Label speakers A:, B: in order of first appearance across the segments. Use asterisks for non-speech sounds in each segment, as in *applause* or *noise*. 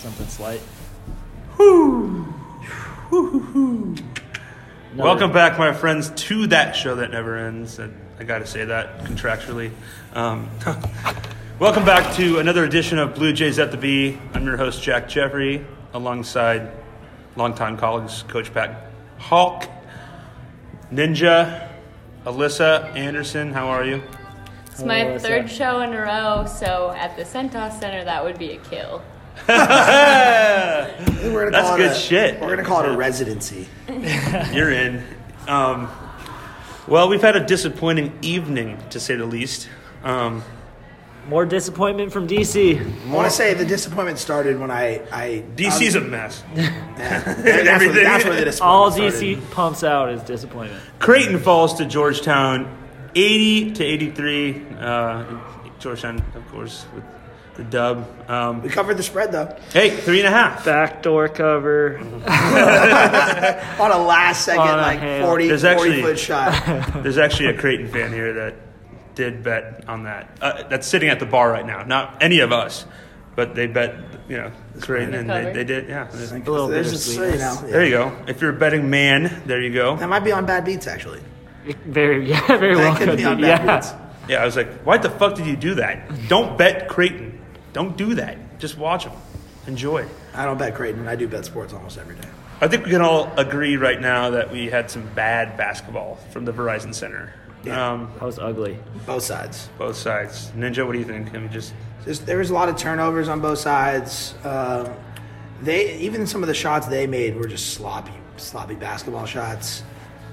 A: Something slight.
B: Welcome back, my friends, to that show that never ends. And I got to say that contractually. Um, *laughs* welcome back to another edition of Blue Jays at the B. I'm your host, Jack Jeffrey, alongside longtime colleagues, Coach Pat Hulk, Ninja, Alyssa Anderson. How are you?
C: It's my
A: Oh, what's
C: third
A: that?
C: show in a row, so at the CentOS Center, that would be a kill.
D: We're gonna
B: That's
D: call
B: good
D: it a,
B: shit.
D: We're gonna call it a residency.
B: You're in. Um, well, we've had a disappointing evening, to say the least. Um,
A: More disappointment from DC.
D: I want to say the disappointment started when I, I
B: DC's a mess.
D: um, that's, everything.
B: everything.
D: Where, that's where the disappointment
A: All
D: started.
A: DC pumps out is disappointment.
B: Creighton falls to Georgetown, 80 to 83. Uh, Georgetown, of course, with the dub. Um,
D: We covered the spread though
B: hey, three and a half.
A: Backdoor cover.
D: on a last second
A: On a
D: like
A: hand.
D: 40,
B: There's
D: 40
B: actually-
A: *laughs*
D: foot shot.
B: There's actually a Creighton fan here that did bet on that. Uh, that's sitting at the bar right now. Not any of us, but they bet, you know, Creighton, and they,
C: Covered.
B: they did. Yeah.
A: A little
D: There's just
A: bittersweet.
D: you know
B: There you go. If you're a betting man, there you go.
D: that might be on bad beats actually.
A: Very, *laughs* yeah, very well
D: That could
A: could
D: be on
A: be,
D: bad
A: Yeah.
D: beats.
B: Yeah, I was like, why the fuck did you do that? Don't bet Creighton. Don't do that. Just watch them. Enjoy.
D: I don't bet Creighton. I do bet sports almost every day.
B: I think we can all agree right now that we had some bad basketball from the Verizon Center.
D: Yeah.
B: Um,
A: That was ugly.
D: Both sides.
B: both sides. Ninja, what do you think? Can we just
D: Just, there was a lot of turnovers on both sides. Uh, they even some of the shots they made were just sloppy, sloppy basketball shots,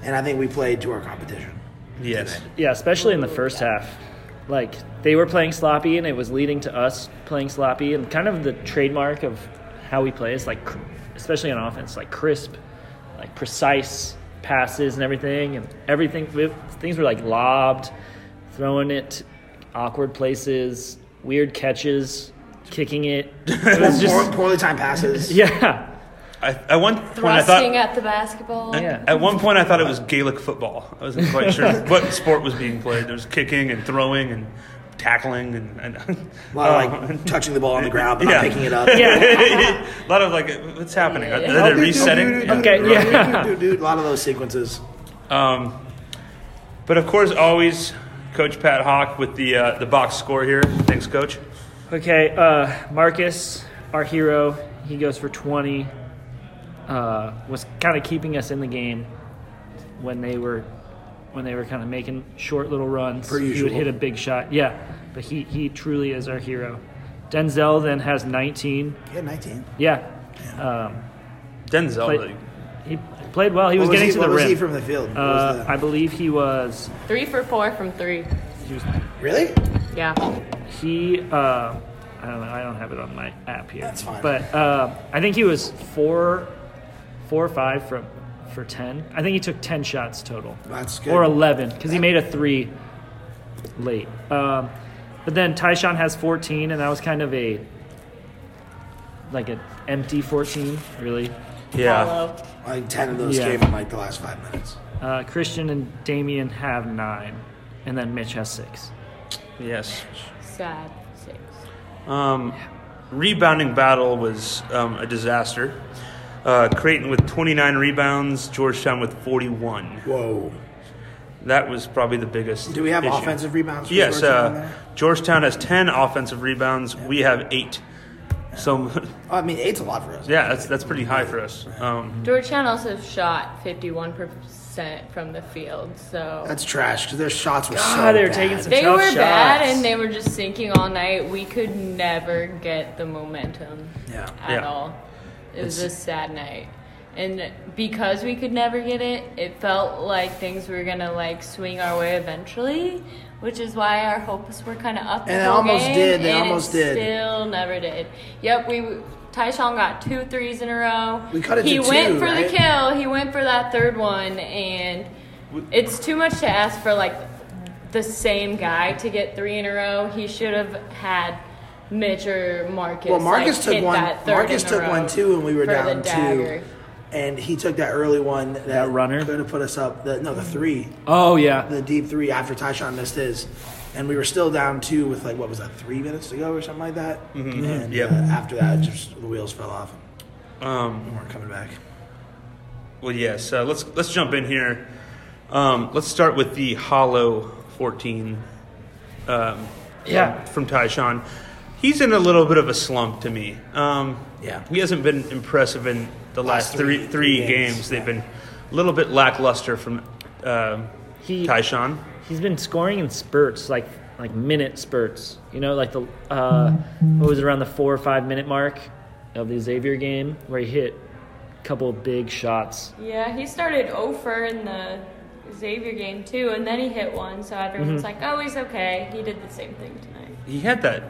D: and I think we played to our competition.
B: yes,
A: Yeah, especially in the first half. Like they were playing sloppy, and it was leading to us playing sloppy, and kind of the trademark of how we play is like, cr- especially on offense, like crisp, like precise passes and everything, and everything. we- Things were like lobbed, throwing it awkward places, weird catches, kicking it. It
D: *laughs*
A: was
D: Poor,
A: just
D: poorly timed
A: *laughs*
D: passes.
A: yeah,
B: I, at one point I
C: Thrusting
B: thought
C: at the basketball.
A: Yeah.
B: at one point I thought it was Gaelic football. I wasn't quite
D: *laughs*
B: sure what sport was being played. There was kicking and throwing and tackling and, and
D: A lot of
A: Oh.
D: *laughs* like touching the ball on the ground, but
B: Yeah.
D: not picking it up.
B: yeah, *laughs* a lot of like what's happening? Are they resetting?
A: Okay, yeah.
D: *laughs* Dude, dude, a lot of those sequences.
B: Um, but of course, always Coach Pat Hawk with the uh, the box score here. Thanks, Coach.
A: Okay, uh, Marcus, our hero, he goes for 20. Uh, was kind of keeping us in the game when they were when they were kind of making short little runs.
D: Per
A: He would
D: usual.
A: hit a big shot. Yeah, but he he truly is our hero. Denzel then has 19.
D: He had 19.
A: Yeah,
B: Denzel.
A: Play-
B: like,
A: he played well. He was,
D: What
A: getting
D: he,
A: to
D: what
A: the
D: was
A: rim.
D: he from the field? What was
A: uh,
D: the-
A: I believe he was
C: Three for four from three.
D: really?
C: Yeah.
A: He, uh, I don't know. I don't have it on my app here.
D: That's fine.
A: But uh, I think he was four, four or five from for ten. I think he took ten shots total,
D: That's good.
A: or eleven because he made a three late. Um, but then Tyshawn has fourteen, and that was kind of a like an empty fourteen, really.
B: yeah.
C: Follow.
D: like 10 of those
A: Yeah.
D: came in like the last five minutes.
A: Uh, Christian and Damian have nine, and then Mitch has six.
B: Yes.
C: Sad. Six.
B: Um, rebounding battle was um, a disaster. Uh, Creighton with 29 rebounds, Georgetown with 41.
D: Whoa.
B: That was probably the biggest.
D: Do we have
B: issue.
D: offensive rebounds? for
B: Yes.
D: Georgetown
B: Uh,
D: there?
B: Georgetown has 10 offensive rebounds. We have eight. So, *laughs*
D: Oh, I mean, eight's a lot for us.
B: yeah, that's that's pretty high for us. Um,
C: Georgetown also shot 51% from the field, so.
D: That's trash because their shots were so
A: God, they were
D: bad.
A: taking some-
C: they
A: tough
C: were bad
A: shots.
C: and they were just sinking all night. We could never get the momentum
D: Yeah.
C: at
B: Yeah.
C: all. It was a sad night. And because we could never get it, it felt like things were gonna like swing our way eventually, which is why our hopes were kind of up. the
D: And it
C: whole
D: almost
C: game,
D: did, they
C: and it
D: almost did.
C: Still never did. Yep, we. Tyshawn got two threes in a row.
D: We cut it
C: He
D: to
C: went
D: two,
C: for
D: right?
C: the kill. He went for that third one, and it's too much to ask for like the same guy to get three in a row. He should have had Mitch or Marcus.
D: Well, Marcus
C: like,
D: took
C: hit
D: one.
C: that third
D: Marcus
C: in a
D: took
C: row
D: one too, and we were
C: for the
D: down two.
C: dagger.
D: And he took that early one that,
A: That runner?
D: could have put us up. The, no, the three,
A: Oh yeah,
D: the deep three after Tyshawn missed his. and we were still down two with like what was that three minutes to go or something like that.
A: Mm-hmm.
D: And
B: Yep.
D: uh, after that, just the wheels fell off and
B: Um,
D: we weren't coming back.
B: well, yes. Uh, let's let's jump in here. Um, let's start with the Hollow 14. Um,
A: Yeah.
B: from, from Tyshawn. He's in a little bit of a slump to me. Um,
D: Yeah.
B: he hasn't been impressive in the last, three three games. They've
D: yeah.
B: been a little bit lackluster from um
A: He-
B: Tyshawn.
A: He's been scoring in spurts, like like minute spurts. You know, like the uh, what was it, around the four or five minute mark of the Xavier game where he hit a couple of big shots.
C: Yeah, he started over in the Xavier game too, and then he hit one, so everyone's like, "Oh, he's okay." He did the same thing tonight.
B: He had that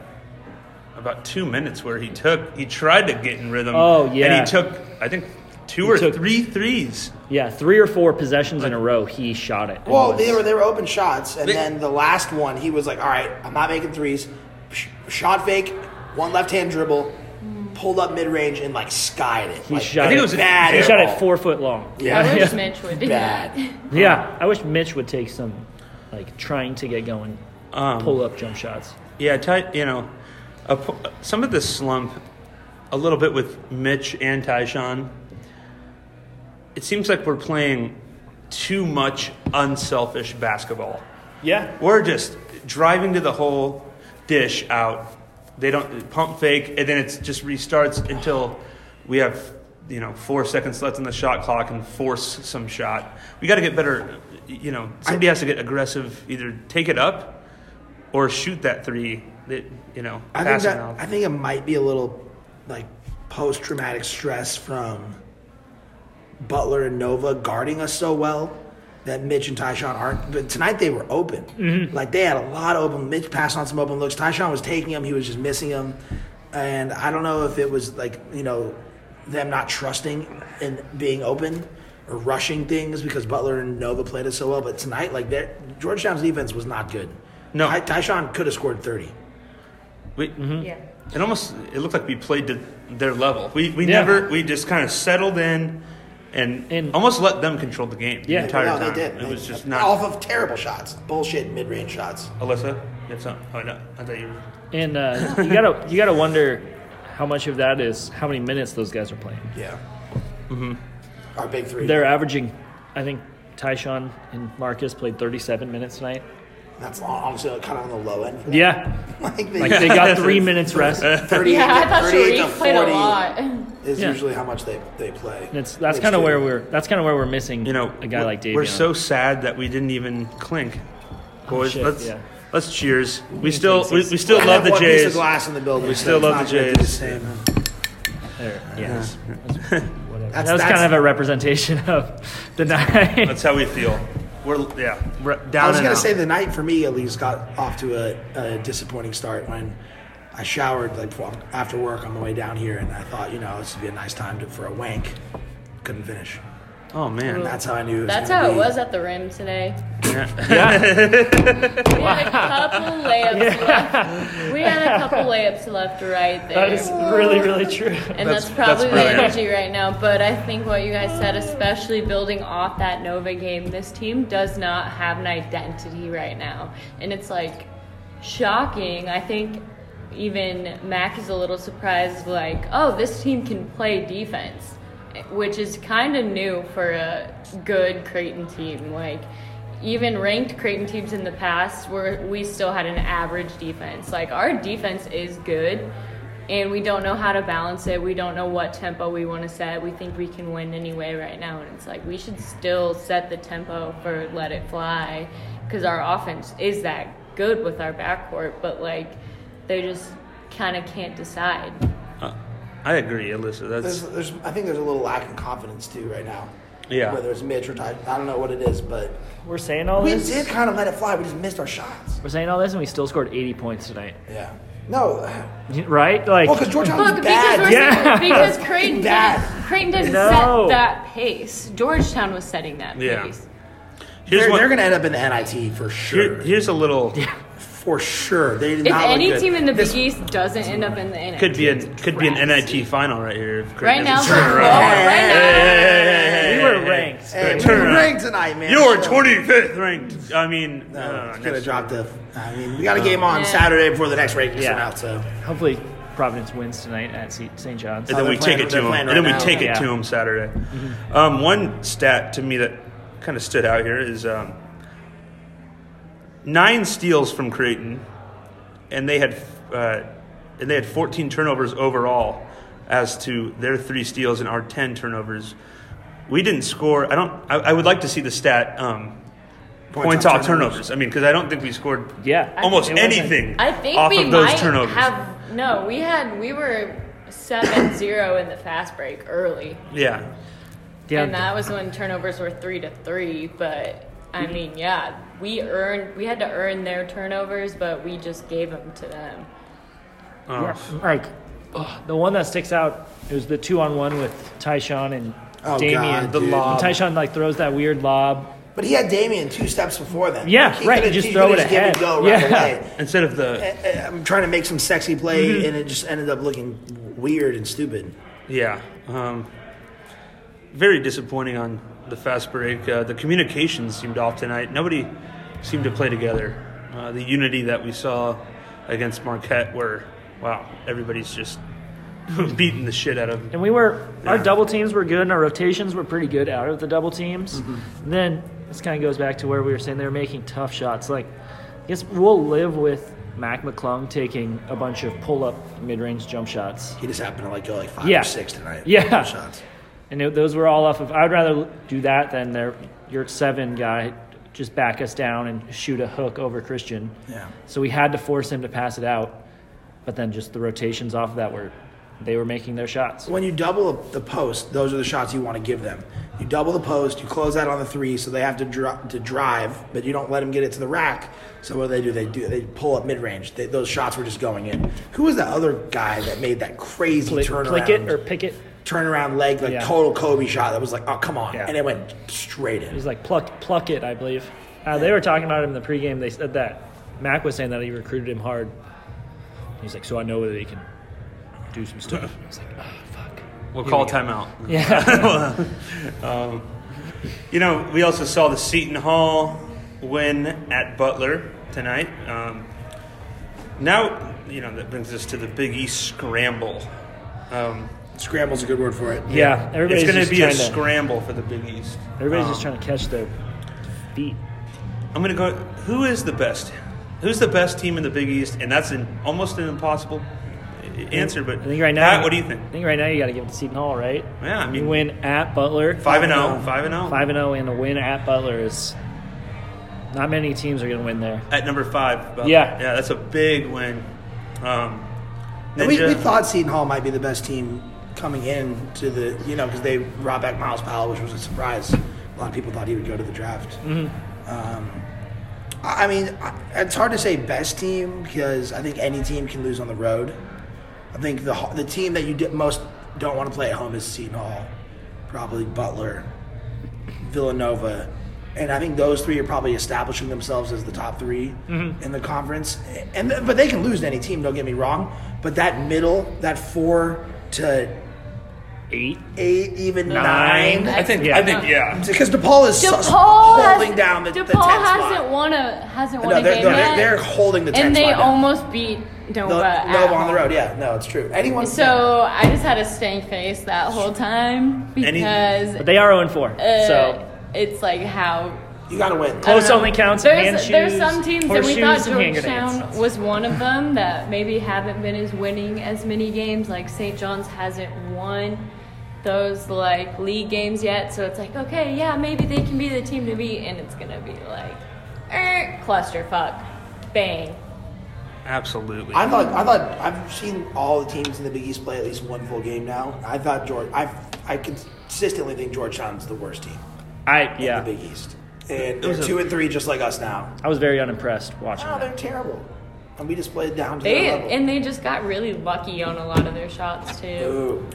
B: about two minutes where he took he tried to get in rhythm.
A: Oh, yeah.
B: and he took I think two
A: He
B: or
A: took-
B: three threes.
A: Yeah, three or four possessions in a row, he shot it. and
D: Well,
A: was-
D: they were they were open shots, and
B: They-
D: then the last one, he was like, "All right, I'm not making threes. Sh- Shot fake, one left hand dribble, pulled up mid range, and like skied it.
A: He
D: Like,
A: shot
B: I think
A: it.
B: it was a-
D: bad.
A: he
D: air
A: shot
D: ball.
A: it four foot long.
C: I
D: *laughs* Yeah,
A: *laughs*
C: wish Mitch would do that.
D: bad.
A: Yeah, I wish Mitch would take some, like trying to get going,
B: Um,
A: pull up jump shots.
B: Yeah, Ty, you know, a, po- some of the slump, a little bit with Mitch and Tyshawn. It seems like we're playing too much unselfish basketball.
A: Yeah,
B: We're just driving to the hole, dish out. They don't pump fake, and then it just restarts until we have you know four seconds left on the shot clock and force some shot. We got to get better. You know, somebody has to get aggressive. Either take it up or shoot that three. That you know,
D: I think
B: pass it
D: that
B: out.
D: I think it might be a little like post traumatic stress from Butler and Nova guarding us so well that Mitch and Tyshawn aren't. But tonight they were open.
B: Mm-hmm.
D: Like they had a lot of open. Mitch passed on some open looks. Tyshawn was taking them. He was just missing them. And I don't know if it was like you know them not trusting and being open or rushing things because Butler and Nova played us so well. But tonight, like their- Georgetown's defense was not good.
B: No.
D: Ty- Tyshawn could have scored thirty.
B: We, mm-hmm.
C: Yeah.
B: It almost it looked like we played to their level. We we
A: Yeah.
B: never we just kind of settled in. And,
A: And-
B: almost let them control the game
A: Yeah.
B: the entire
D: no,
B: time.
D: they did.
B: It was just
D: They- Oh,
B: not
D: off of terrible shots, bullshit mid-range shots.
B: Alyssa, you have something? Oh, no. I thought you were.
A: and uh, you gotta you gotta wonder how much of that is how many minutes those guys are playing.
D: Yeah. Mm-hmm. Our big 3
A: They're averaging, I think Tyshawn and Marcus played 37 minutes tonight.
D: That's honestly kind of on the low end.
A: Yeah,
D: *laughs* like
A: like they
D: *laughs*
A: got three minutes rest. And
D: 38,
C: Yeah, I thought
D: 38 to
C: Sharif played a
D: 40
C: lot.
D: Is
A: Yeah.
D: usually how much they they play.
A: it's that's
D: Which
A: kind of
D: they-
A: where we're that's kind of where we're missing.
B: You know,
A: a guy
B: we're-
A: like Dave.
B: We're so sad that we didn't even clink.
D: Oh,
B: Boys,
A: shit,
B: let's
A: yeah.
B: let's cheers. We still we, we
D: We
B: still
D: have
B: love the
D: one piece of
B: Jays.
D: glass in the building.
B: We
D: so
B: still
D: it's
B: love the
D: not gonna do
B: Jays.
D: same.
A: there. Yeah, whatever.
D: That's-
A: that was
D: that's-
A: kind of a representation *laughs* of the night.
B: That's how we feel. We're yeah, we're down
D: I was
B: and
D: gonna
B: out.
D: say the night for me at least got off to a, a disappointing start when I showered like before- after work on the way down here, and I thought you know this would be a nice time to, for a wank. Couldn't finish.
B: oh man,
D: That's how I knew. It was
C: That's
D: gonna
C: how it
D: be.
C: was at the rim today.
B: *laughs*
A: yeah,
C: We *laughs* had a couple layups left. We had a *laughs* couple layups left right there.
A: that is really really true.
C: and
B: That's-
C: that's, probably
B: that's brilliant.
C: the energy right now. But I think what you guys said, especially building off that Nova game, this team does not have an identity right now. And it's like shocking. I think even Mac is a little surprised, like, oh, this team can play defense, which is kind of new for a good Creighton team. Like, even ranked Creighton teams in the past where we still had an average defense. Like, our defense is good and we don't know how to balance it. We don't know what tempo we want to set. We think we can win anyway right now, and it's like we should still set the tempo for let it fly because our offense is that good with our backcourt, but like they just kind of can't decide.
B: Uh, I agree, Alyssa.
D: There's,
B: That's
D: there's, I think there's a little lack of confidence too right now.
B: Yeah.
D: Whether it's Mitch or Ty, I don't know what it is, but
A: We're saying all
D: we
A: this.
D: did kind of let it fly. We just missed our shots.
A: We're saying all this, and we still scored 80 points tonight.
D: Yeah. No.
A: Right? Like,
D: Well, because Georgetown
C: Look,
D: was
C: because, we're
D: bad.
A: Yeah.
C: *laughs* because Creighton,
D: Bad.
C: didn't, Creighton didn't
A: No.
C: set that pace. Georgetown was setting that
B: Yeah.
C: pace.
B: here's
D: They're,
B: one.
D: they're going to end up in the NIT for
B: here-
D: sure.
B: here's a little
D: for sure. They did
C: If
D: not look
C: any
D: good.
C: team in the
D: This-
C: Big East doesn't end up in the NIT,
B: could be a
C: it's
B: could be an
C: drastic.
B: NIT final right here. If Creighton
C: Right now,
B: doesn't turn
C: they're-
B: around.
C: right now-
A: we were ranked
D: Hey, we
B: Turn
D: were
B: around.
D: ranked tonight, man.
B: You're
D: Shut up.
B: 25th ranked. I mean,
D: No,
A: Oh,
B: uh,
D: it's gonna
B: next
D: drop
B: year.
D: the. I mean, we got a game on
C: Yeah.
D: Saturday before the next rankings
A: Yeah.
D: come out. So
A: Hopefully, Providence wins tonight at St. John's.
B: And then
D: they're
B: we
D: playing-
B: take it to
D: they're
B: him.
D: playing
B: and then
D: right
B: we
D: now.
B: take it
A: Yeah.
B: to him Saturday. Um, one stat to me that kind of stood out here is um, nine steals from Creighton, and they had uh, and they had 14 turnovers overall. As to their three steals and our 10 turnovers, we didn't score. I don't. I, I would like to see the stat. Um, Points, off turnovers. I mean, because I don't think we scored
A: Yeah.
B: almost
A: It wasn't-
B: anything
C: I think
B: off
C: we
B: of those
C: might
B: turnovers.
C: have no. We had we were 7-0 in the fast break early,
B: yeah,
A: Yeah.
C: and that was when turnovers were three to three. But
B: Mm.
C: I mean, yeah, we earned we had to earn their turnovers, but we just gave them to them.
A: Yeah, like ugh, the one that sticks out is the two on one with Tyshawn and
D: Oh,
A: Damien.
D: God, The dude. lob.
A: Tyshawn like throws that weird lob.
D: But he had Damien two steps before that.
A: Yeah,
D: Like, he
A: right,
D: could've-
A: just
D: he
A: throw
D: could've
A: it
D: given
A: ahead.
D: Go right
A: Yeah.
D: away.
B: instead of the
D: Uh, I'm trying to make some sexy play,
A: Mm-hmm.
D: and it just ended up looking weird and stupid.
B: Yeah. Um, very disappointing on the fast break. Uh, the communication seemed off tonight. Nobody seemed to play together. Uh, the unity that we saw against Marquette, where, wow, everybody's just *laughs* beating the shit out of them.
A: And we were our
B: Yeah.
A: double teams were good and our rotations were pretty good out of the double teams.
D: Mm-hmm.
A: And then this kind of goes back to where we were saying they were making tough shots. Like I guess we'll live with Mac McClung taking a bunch of pull up mid range jump shots.
D: He just happened to like go like five
A: Yeah.
D: or six tonight.
A: Yeah.
D: shots.
A: And it- those were all off of. I would rather do that than their your seven guy just back us down and shoot a hook over Christian.
D: Yeah.
A: So we had to force him to pass it out, but then just the rotations off of that were they were making their shots.
D: When you double the post, those are the shots you want to give them. You double the post, you close out on the three, so they have to dri to drive, but you don't let them get it to the rack. So what do they do? They do they pull up mid range. Those shots were just going in. Who was the other guy that made that crazy
A: Pl-
D: turnaround?
A: Click it or pick it.
D: turnaround leg, like
A: Yeah.
D: total Kobe shot. That was like, oh come on,
A: Yeah.
D: and it went straight in.
A: It was like pluck pluck it, I believe. Uh, they were talking about him in the pregame. They said that Mac was saying that he recruited him hard. He's like, so I know that he can do some
B: *laughs*
A: stuff. I was like, oh fuck.
B: We'll
A: Here
B: call
A: we go.
B: *laughs* timeout.
A: Yeah.
B: um, you know, we also saw the Seton Hall win at Butler tonight. Um, now, you know, that brings us to the Big East scramble. Um,
D: Scramble's a good word for it.
A: yeah. Everybody's
B: it's going
A: just
B: to be a Oh.
A: trying to-
B: scramble for the Big East.
A: Everybody's just trying to catch their feet.
B: I'm going to go. Who is the best? Who's the best team in the Big East? And that's an almost an impossible i- answer. But
A: I think right now.
B: Pat, what do you think?
A: I think right now you got to give it to Seton Hall, right?
B: Yeah, I
A: You
B: mean,
A: win at Butler.
B: five and zero, five and oh? zero
A: Five and zero, and a win at Butler is not many teams are going to win there.
B: at number five. but-
A: Yeah.
B: yeah, that's a big win. Um,
D: And we, we
B: Ninja-
D: thought Seton Hall might be the best team coming in to the, you know, because they brought back Miles Powell, which was a surprise. A lot of people thought he would go to the draft. Um, I I mean, I- it's hard to say best team because I think any team can lose on the road. I think the ho- the team that you di- most don't want to play at home is Seton Hall, probably Butler, Villanova, and I think those three are probably establishing themselves as the top 3 in the conference. And th- but they can lose to any team. Don't get me wrong, but that middle, that four to
A: Eight.
D: eight, even
A: Nine.
D: nine,
B: I think.
A: Yeah.
B: I think. Yeah.
D: because DePaul is sus-
C: DePaul
D: holding
C: has,
D: down the, the
C: DePaul
D: 10th spot.
C: hasn't won a hasn't won
D: No,
C: a
D: they're,
C: game
D: no,
C: yet,
D: they're, they're holding the 10th
C: and they
D: spot. down.
C: almost beat Nova
D: No,
C: at
D: no, on the
C: home.
D: road. Yeah, no, it's true. Anyone?
C: So I just had a stank face that whole time
B: Any-
C: because
A: But they are zero and four.
C: uh,
A: so
C: it's like how
D: you gotta win.
C: I don't
A: Close
C: know.
A: Oh, only counts and
C: Um, There's,
A: hand
C: there's
A: shoes,
C: some teams that we
A: horseshoes,
C: thought
A: and hand grenades.
C: Georgetown was one of them that maybe haven't been as winning as many games. Like St. John's hasn't won those like league games yet, so it's like okay, yeah, maybe they can be the team to beat, and it's gonna be like, er, clusterfuck, bang.
B: Absolutely.
D: I thought I thought I've seen all the teams in the Big East play at least one full game now. I thought George. I I consistently think Georgetown's the worst team
A: I
D: in
A: yeah,
D: the Big East, and
B: was
D: they're
B: a-
D: two and three just like us now.
A: I was very unimpressed watching.
D: Oh,
A: that.
D: they're terrible, and we just played down to
C: They
D: their level.
C: and they just got really lucky on a lot of their shots too.
D: Ooh.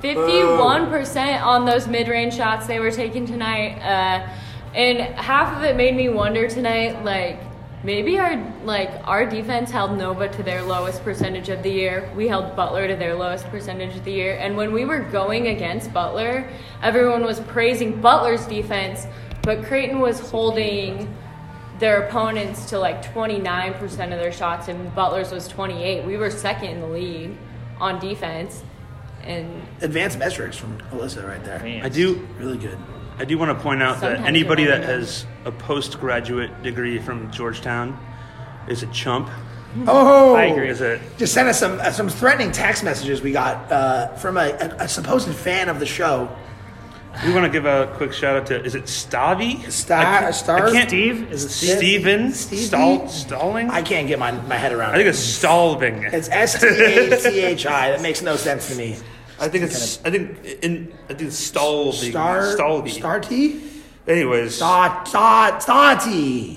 C: Fifty-one percent on those mid-range shots they were taking tonight, uh, and half of it made me wonder tonight, like, Maybe our like our defense held Nova to their lowest percentage of the year. We held Butler to their lowest percentage of the year. And when we were going against Butler, everyone was praising Butler's defense, but Creighton was holding their opponents to like 29% of their shots and Butler's was 28. We were second in the league on defense and
D: Advanced metrics from Alyssa right there.
A: Man.
B: I do.
D: Really good.
B: I do want to point out
C: Sometimes
B: that
C: you
B: anybody
C: don't
B: that
C: know.
B: has a postgraduate degree from Georgetown is a chump.
C: Hmm.
D: Oh,
A: I agree.
B: Is it?
D: Just sent us some uh, some threatening text messages we got uh, from a, a, a supposed fan of the show.
B: We want to give a quick shout out to. Is it Stavi?
D: Star-
B: I can't-
D: Star-
B: I can't,
A: Steve is it Steve?
B: Steven
D: Stevie?
B: Stall, Stalling.
D: I
B: I,
D: can't get my, my head around
B: think
D: it.
B: it's Stalving.
D: It's S T A C H I. That makes no sense to me.
B: I think it's. I think in. I think it's Stalving.
D: Star
B: Stalving.
D: Star T?
B: Anyways,
D: Star Star Starty.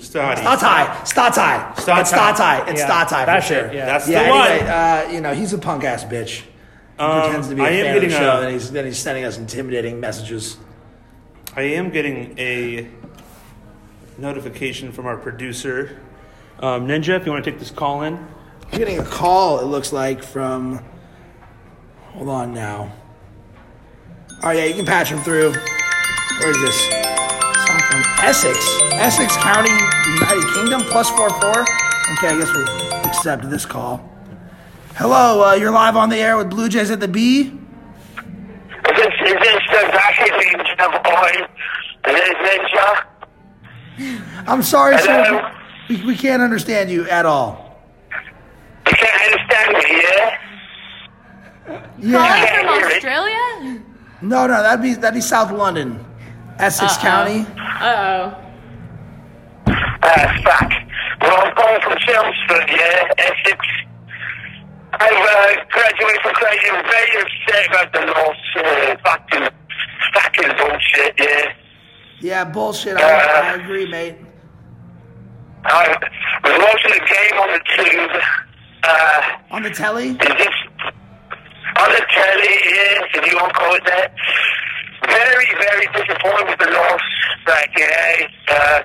B: Starty.
D: Starty. Starty.
B: Starty.
D: It's Starty. It's
A: Yeah,
D: Starty for
A: that's it,
D: sure.
A: yeah.
B: that's
D: Yeah,
B: the
D: anyway,
B: one.
D: uh, you know, he's a punk ass bitch. He
B: Um,
D: pretends to be a
B: I am
D: fan of the
B: getting
D: show,
B: a-
D: and he's then he's sending us intimidating messages.
B: I am getting a notification from our producer, um, Ninja. If you want to take this call in,
D: I'm getting a call, it looks like, from. Hold on now. Oh, yeah, you can patch him through. Where is this? Someone from Essex. Essex County, United Kingdom, plus 4 4. Okay, I guess we'll accept this call. Hello, uh, you're live on the air with Blue Jays at the B.
E: Is this, is this the Rocket Ninja boy? Is this Ninja?
D: I'm sorry,
E: Hello?
D: sir. We, we can't understand you at all.
E: You can't understand me, yeah?
D: Yeah.
C: Calling from Australia?
D: No, no, that'd be that'd be South London, Essex County.
C: Uh oh.
E: Ah, fuck. Well, I'm calling from Chelmsford, yeah? Essex. I've uh, graduated from Craig very upset about the North uh, fucking, fucking bullshit, yeah?
D: Yeah, bullshit. I, I agree, mate.
E: I was watching a game on the tube. Uh,
D: On the telly.
E: Is this on the telly? Yes, if you won't call it that. Very, very disappointed with the loss. Like, yeah, uh,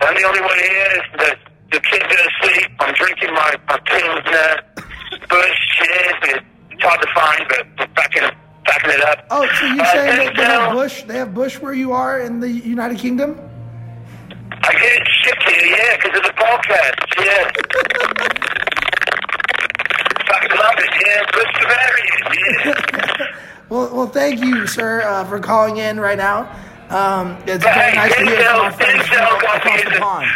E: I'm the only one here. The, the kids are asleep. I'm drinking my, my pills now. Bush, yeah, it's hard to find, but we're backing, backing it up.
D: Oh, so you're
E: Uh,
D: saying
E: Dennis
D: that they have
E: Dell-
D: Bush? They have Bush where you are in the United Kingdom?
E: I get shipped here, yeah, because of the podcast,
D: *laughs*
E: yeah. Fucking love it, yeah. Bush Bavarian, yeah.
D: Well, well, thank you, sir, uh, for calling in right now. Um, it's
E: Hey,
D: very nice to hear from my
E: Denzel,
D: friends from
E: Denzel got
D: across the
E: his-
D: pond.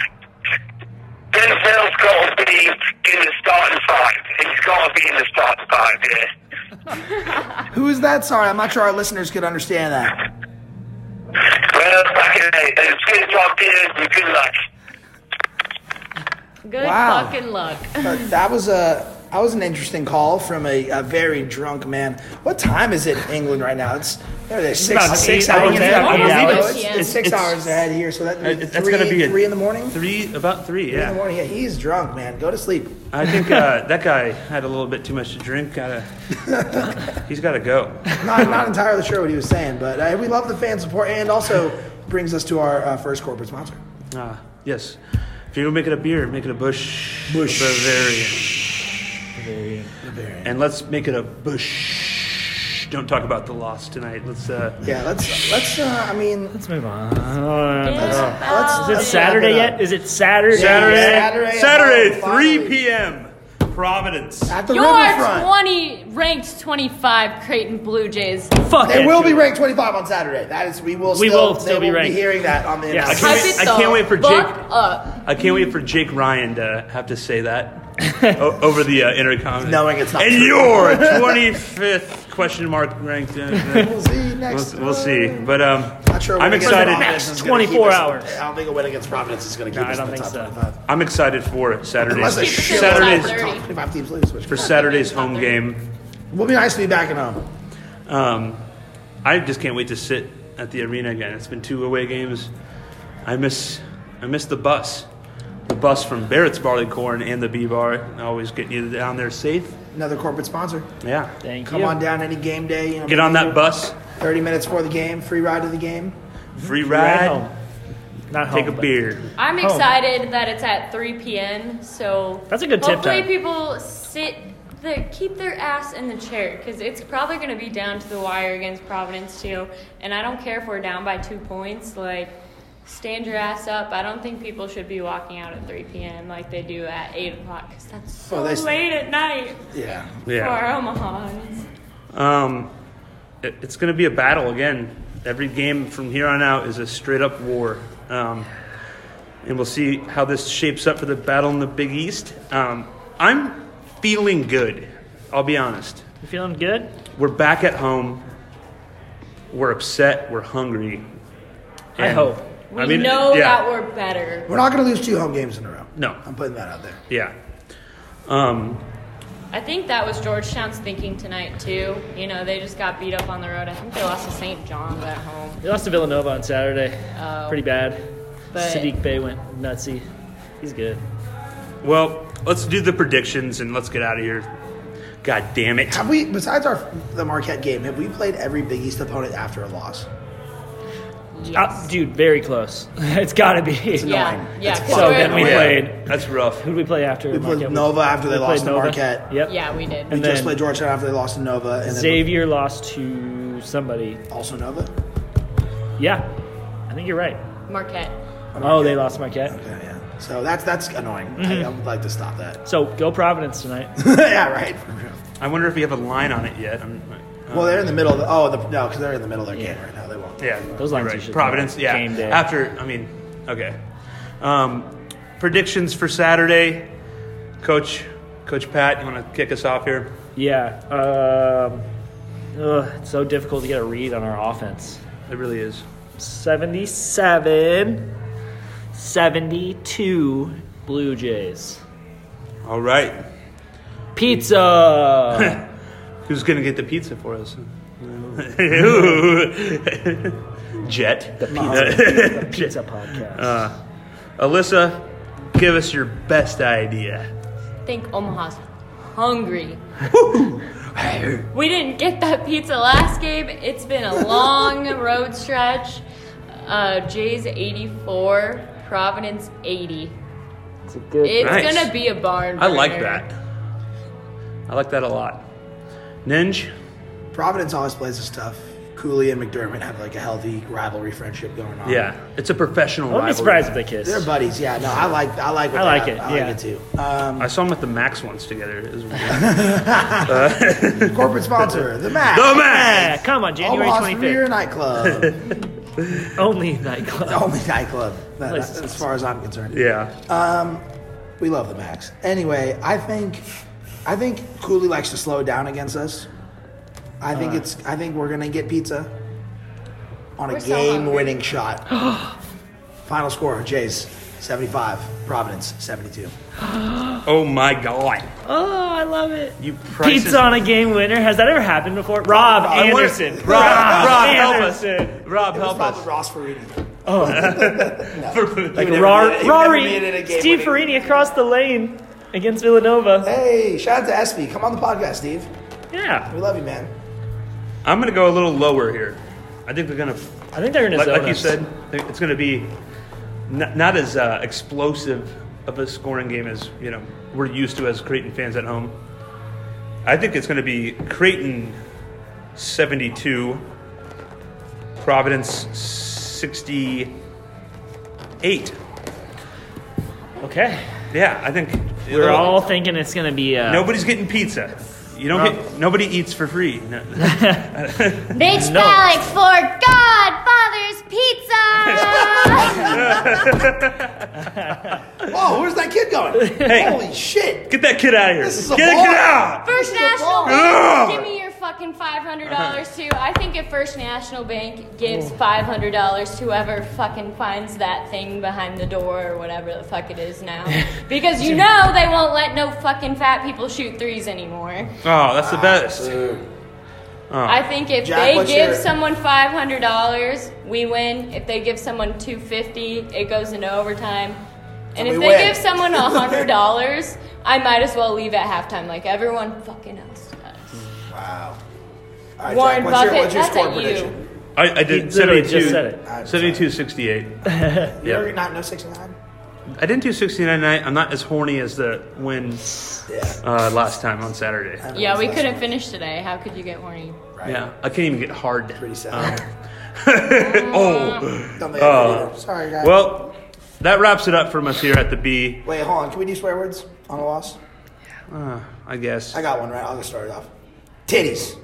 E: Denzel's got to be in the starting five. He's got to be in the starting five, yeah.
D: Who is that? Sorry, I'm not sure our listeners could understand that.
E: Well, fucking, hey, it's good to talk to you. and Good luck.
C: Good
D: Wow.
C: fucking luck.
D: But that was a that was an interesting call from a, a very drunk man. What time is it in England right now? It's what are they, six,
A: about
D: six
A: eight-
D: hours
A: it's
D: ahead.
A: about
D: of
A: eight
D: you.
A: hours.
D: It's- It's,
C: It's-
D: six
B: it's-
D: hours ahead here, so that
B: It-
D: three,
B: gotta a-
D: three in the morning.
B: Three about three.
D: Three in the
B: Yeah.
D: morning. Yeah, he's drunk, man. Go to sleep.
B: I think uh, that guy had a little bit too much to drink.
D: *laughs*
B: Gotta. he's got to go.
D: not, not entirely sure what he was saying, but uh, we love the fan support, and also brings us to our uh, first corporate sponsor.
B: Ah, yes. If you're gonna make it a beer, make it a Bush,
D: Bush.
B: Bavarian,
D: Bavarian.
B: and let's make it a Bush. Don't talk about the loss tonight. Let's. Uh,
D: Yeah, let's let's. Uh, I mean,
A: Let's move on.
C: Uh,
D: let's.
A: Is it Saturday yet? Is it Saturday?
B: Saturday,
D: Saturday. Oh,
B: Saturday,
D: Finally.
B: 3 p.m. Providence.
D: At the
C: Your
D: Riverfront,
C: 20 ranked 25 Creighton Blue Jays.
A: Fuck
D: they
A: it.
D: will be ranked 25 on Saturday. That is, we will.
A: We
D: still,
A: will
D: they
A: still be ranked.
D: hearing that on the.
A: Yeah, I
D: internet.
A: can't
B: wait- I can't wait for
C: Fuck
B: Jake-
C: Up.
B: I can't wait for Jake Ryan to have to say
D: *laughs*
B: that o- over the uh, intercom.
D: Knowing it's not
B: And
D: true. *laughs*
B: your 25th question mark ranked. uh,
D: We'll see next.
B: We'll, we'll see, but um,
D: Not sure. a
B: I'm
D: win against
B: excited.
D: Providence is
A: Next
D: gonna keep
A: 24
D: us-
A: hours.
D: I don't think a win against Providence is going to keep
A: No, I
D: us in
A: don't
D: the
A: think
D: top
A: so.
D: 25.
B: I'm excited for Saturday.
D: Unless they shoot
B: Saturday's
C: us
D: Top 25 teams lose, which
B: for Saturday's home game.
D: will be nice to be back at home.
B: Um, I just can't wait to sit at the arena again. It's been two away games. I miss I miss the bus. The bus from Barrett's Barleycorn and the B Bar. I always get you down there safe.
D: Another corporate sponsor.
B: Yeah.
A: Thank
D: Come
A: you.
D: on down any game day. You know,
B: Get on that bus.
D: 30 minutes for the game, free ride to the game.
B: Free
A: Right
B: ride.
A: home. Not home.
B: Take a
A: but-
B: beer.
C: I'm
A: Home.
C: excited that it's at 3 p.m. So
A: That's a good tip
C: Hopefully,
A: time.
C: people sit the keep their ass in the chair because it's probably going to be down to the wire against Providence too. And I don't care if we're down by two points. Like, stand your ass up. I don't think people should be walking out at 3 p.m. like they do at 8 o'clock because that's so
D: Oh, that's-
C: late at night
D: Yeah.
B: Yeah.
C: for our Omahans.
B: Um, it, it's going to be a battle again. Every game from here on out is a straight up war. Um, and we'll see how this shapes up for the battle in the Big East. Um, I'm feeling good. I'll be honest.
A: You feeling good?
B: We're back at home. We're upset. We're hungry.
A: I hope.
C: We
B: I mean,
C: know
B: yeah.
C: that we're better.
D: We're not going to lose two home games in a row.
B: No.
D: I'm putting that out there.
B: Yeah. Um,
C: I think that was Georgetown's thinking tonight too. You know, they just got beat up on the road. I think they lost to St. John's at home.
A: We lost to Villanova on Saturday.
C: Oh.
A: Pretty bad.
C: But-
A: Sadiq Bay went nutsy. He's good.
B: well, let's do the predictions and let's get out of here. God damn it.
D: Have we, besides our the Marquette game, have we played every Big East opponent after a loss?
A: Uh, dude, very close. *laughs* it's got to be.
C: Yeah,
D: annoying.
C: yeah.
D: It's
C: 'cause
A: So
C: we're-
A: then we
B: Yeah,
A: played.
B: That's rough.
A: Who did we play after?
D: We played
A: Marquette?
D: Nova after they
A: We
D: lost
A: played
D: to
A: Nova.
D: Marquette.
A: Yep.
C: Yeah, we did.
D: We
A: And
D: just
A: then-
D: played Georgetown after they lost to Nova, and then
A: Xavier lost to somebody.
D: also Nova.
A: Yeah, I think you're right.
C: Marquette.
A: Oh, they lost Mm-hmm. Marquette.
D: Yeah, yeah. So that's that's annoying. I, I would like to stop that. *laughs*
A: So go Providence tonight.
D: yeah, right. for real.
B: I wonder if we have a line on it yet. I'm, uh,
D: Well, they're in the middle. Of the, oh, the, no, because they're in the middle of their game right now. They won't.
B: yeah,
A: Those
B: you're
A: lines you should know.
B: Providence, yeah.
A: Game day.
B: After, I mean, okay. Um, predictions for Saturday, Coach, Coach Pat. You want to kick us off here?
A: yeah. Um, ugh, it's so difficult to get a read on our offense.
B: It really is.
A: 77, 72 Blue Jays.
B: All right.
D: *laughs*
A: Pizza!
B: Who's gonna get the pizza for us? *laughs* Jet. Uh, *laughs*
A: the pizza podcast.
D: Uh,
B: Alyssa, give us your best idea.
C: I think Omaha's hungry. we didn't get that pizza last game. It's been a long road stretch. Uh, Jay's 84, Providence 80.
A: it's a good.
C: It's
B: Nice.
C: gonna be a barn.
B: I like
C: burner.
B: that. I like that a lot. Ninj.
D: Providence always plays this stuff. Cooley and McDermott have like a healthy rivalry friendship going on.
B: Yeah, it's a professional.
A: I wouldn't be
B: rivalry.
A: surprised if they kiss.
D: They're buddies, yeah. No, I like I like what
A: I
D: they
A: like
D: have.
A: it,
D: I like
A: yeah.
D: it too. Um,
B: I saw them with the Max once together.
A: *laughs*
B: It was weird.
D: corporate sponsor, the Mac.
B: The
A: Yeah,
B: Max.
A: come on, January
D: Omaha's premier
A: 25th.
D: nightclub.
B: *laughs*
A: Only nightclub.
D: Only nightclub, that-
A: Place is
D: as far as I'm concerned.
B: Yeah.
D: We love the Max. Anyway, I think, I think Cooley likes to slow down against us. I think it's. I think we're gonna get pizza on a
C: We're so
D: game-winning
C: *gasps*
D: shot. Final score: Jays seventy-five, Providence seventy-two.
B: oh my God.
A: Oh, I love it.
B: You prices.
A: Pizza on a game winner. Has that ever happened before? Rob
D: I wanna-
A: Anderson.
D: Rob-
B: Rob, Rob, help us.
A: Anderson.
B: Rob,
D: It was
B: help
D: probably
B: us.
D: Ross Farini.
A: Like
D: never made it-
A: Rar-
D: he never
A: Rari,
D: made it a game
A: Steve
D: winning-
A: Farini across the lane against Villanova.
D: Hey, shout out to Espy. Come on the podcast, Steve.
A: Yeah,
D: We love you, man.
B: *laughs* I'm gonna go a little lower here. I think they're gonna,
A: I think they're gonna
B: like,
A: zone
B: like you
A: us.
B: said, it's gonna be not, not as uh, explosive of a scoring game as you know we're used to as Creighton fans at home. I think it's gonna be Creighton 72, Providence 68.
A: Okay,
B: Yeah, I think
A: we're all thinking it's gonna be. Uh,
B: Nobody's getting pizza. You don't get. Nobody eats for free.
D: *laughs*
B: No.
F: Bitch
A: No.
F: Malik for Godfather's Pizza!
D: Whoa, Oh, where's that kid going?
B: *laughs* Hey.
D: Holy shit!
B: get that kid out of here.
D: This is a
B: get that kid
D: bar.
B: out.
C: First
D: This is a
C: National
D: bar.
B: Ugh.
C: Bank, give me your fucking five hundred dollars too. I think if First National Bank gives five hundred dollars to whoever fucking finds that thing behind the door or whatever the fuck it is now, because you know they won't let no fucking fat people shoot threes anymore.
D: Ah.
B: Oh, that's the best.
C: I think if
D: Jack,
C: they
D: what's
C: give
D: your-
C: someone five hundred dollars, we win. If they give someone two fifty, it goes into overtime. And
D: we
C: if they
D: win.
C: give
D: *laughs*
C: someone hundred dollars, I might as well leave at halftime like everyone fucking else does.
D: Wow. All right,
C: Warren
D: Jack, what's your,
C: Buffett,
D: what's your
C: that's
D: score
C: at you.
D: prediction?
B: I, I did
A: literally
B: 72,
A: just said it.
G: I'm
B: 72 68.
D: You
B: yeah.
D: ever not know 69?
B: I didn't do 69 tonight. I'm not as horny as the win
G: Yeah.
B: uh, last time on Saturday.
C: Yeah, we couldn't finish today. How could you get horny?
G: Right.
B: Yeah, I can't even get hard. Um,
G: Pretty sad.
B: *laughs* oh,
D: *laughs* Don't make uh, Sorry, guys.
B: well, that wraps it up from us here at the B.
D: Wait, hold on. Can we do swear words on a loss?
B: Uh, I guess.
D: I got one right. I'll just start it off. Titties.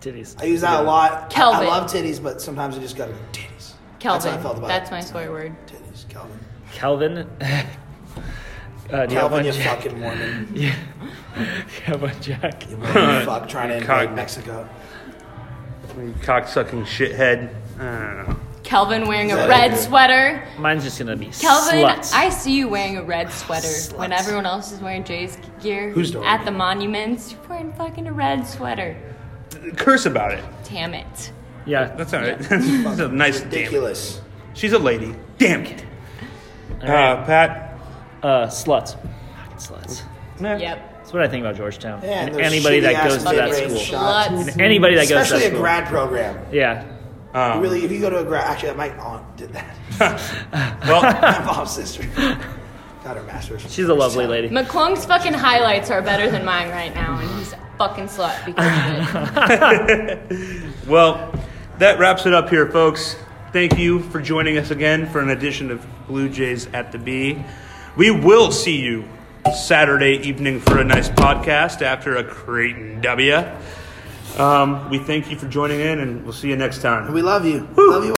A: Titties.
D: I use that a lot. I- I,
C: Kelvin.
D: love titties, but sometimes I just gotta go titties.
C: Kelvin.
D: That's how I felt about it.
C: my swear word.
D: Titties, Kelvin.
A: Calvin. *laughs* uh, do you have
D: Kelvin,
A: one,
D: you
A: Jack?
D: fucking Mormon.
A: Yeah. Do you *laughs* have one, Jack?
D: You Mormon fuck trying to invade
B: Cock.
D: Mexico.
B: Cock sucking shithead. I don't know.
C: Kelvin wearing a
D: Exactly.
C: red sweater.
A: Mine's just gonna be
C: Kelvin,
A: sluts.
C: I see you wearing a
D: *sighs*
C: red sweater when everyone else is wearing Jay's gear.
D: Who's doing
C: At
D: it?
C: the monuments, you're wearing fucking a red sweater.
B: Curse about it.
C: Damn it.
A: yeah.
B: That's all *laughs* right. That's a nice damn.
D: Ridiculous.
B: She's a lady. Damn it. Uh, Pat.
A: Uh, sluts. Fucking sluts.
B: Nah.
C: Yep.
A: That's what I think about Georgetown.
D: Yeah, and
A: and
D: those
A: anybody that
D: shitty-ass
A: goes to that
D: fucking
A: school.
D: race shop.
C: Sluts.
A: And anybody that goes to
D: Especially
A: that
D: a
A: school.
D: grad program.
A: yeah.
B: Um,
D: Really, if you go to a grad, actually, my aunt did that.
B: uh,
D: *laughs*
B: Well,
D: My mom's sister got her master's.
A: She's a lovely lady.
C: McClung's fucking highlights are better than mine right now, and he's a fucking slut because of it.
B: well, that wraps it up here, folks. Thank you for joining us again for an edition of Blue Jays at the B. We will see you Saturday evening for a nice podcast after a Creighton W. Um, we thank you for joining in, and we'll see you next time.
D: We love you. Love you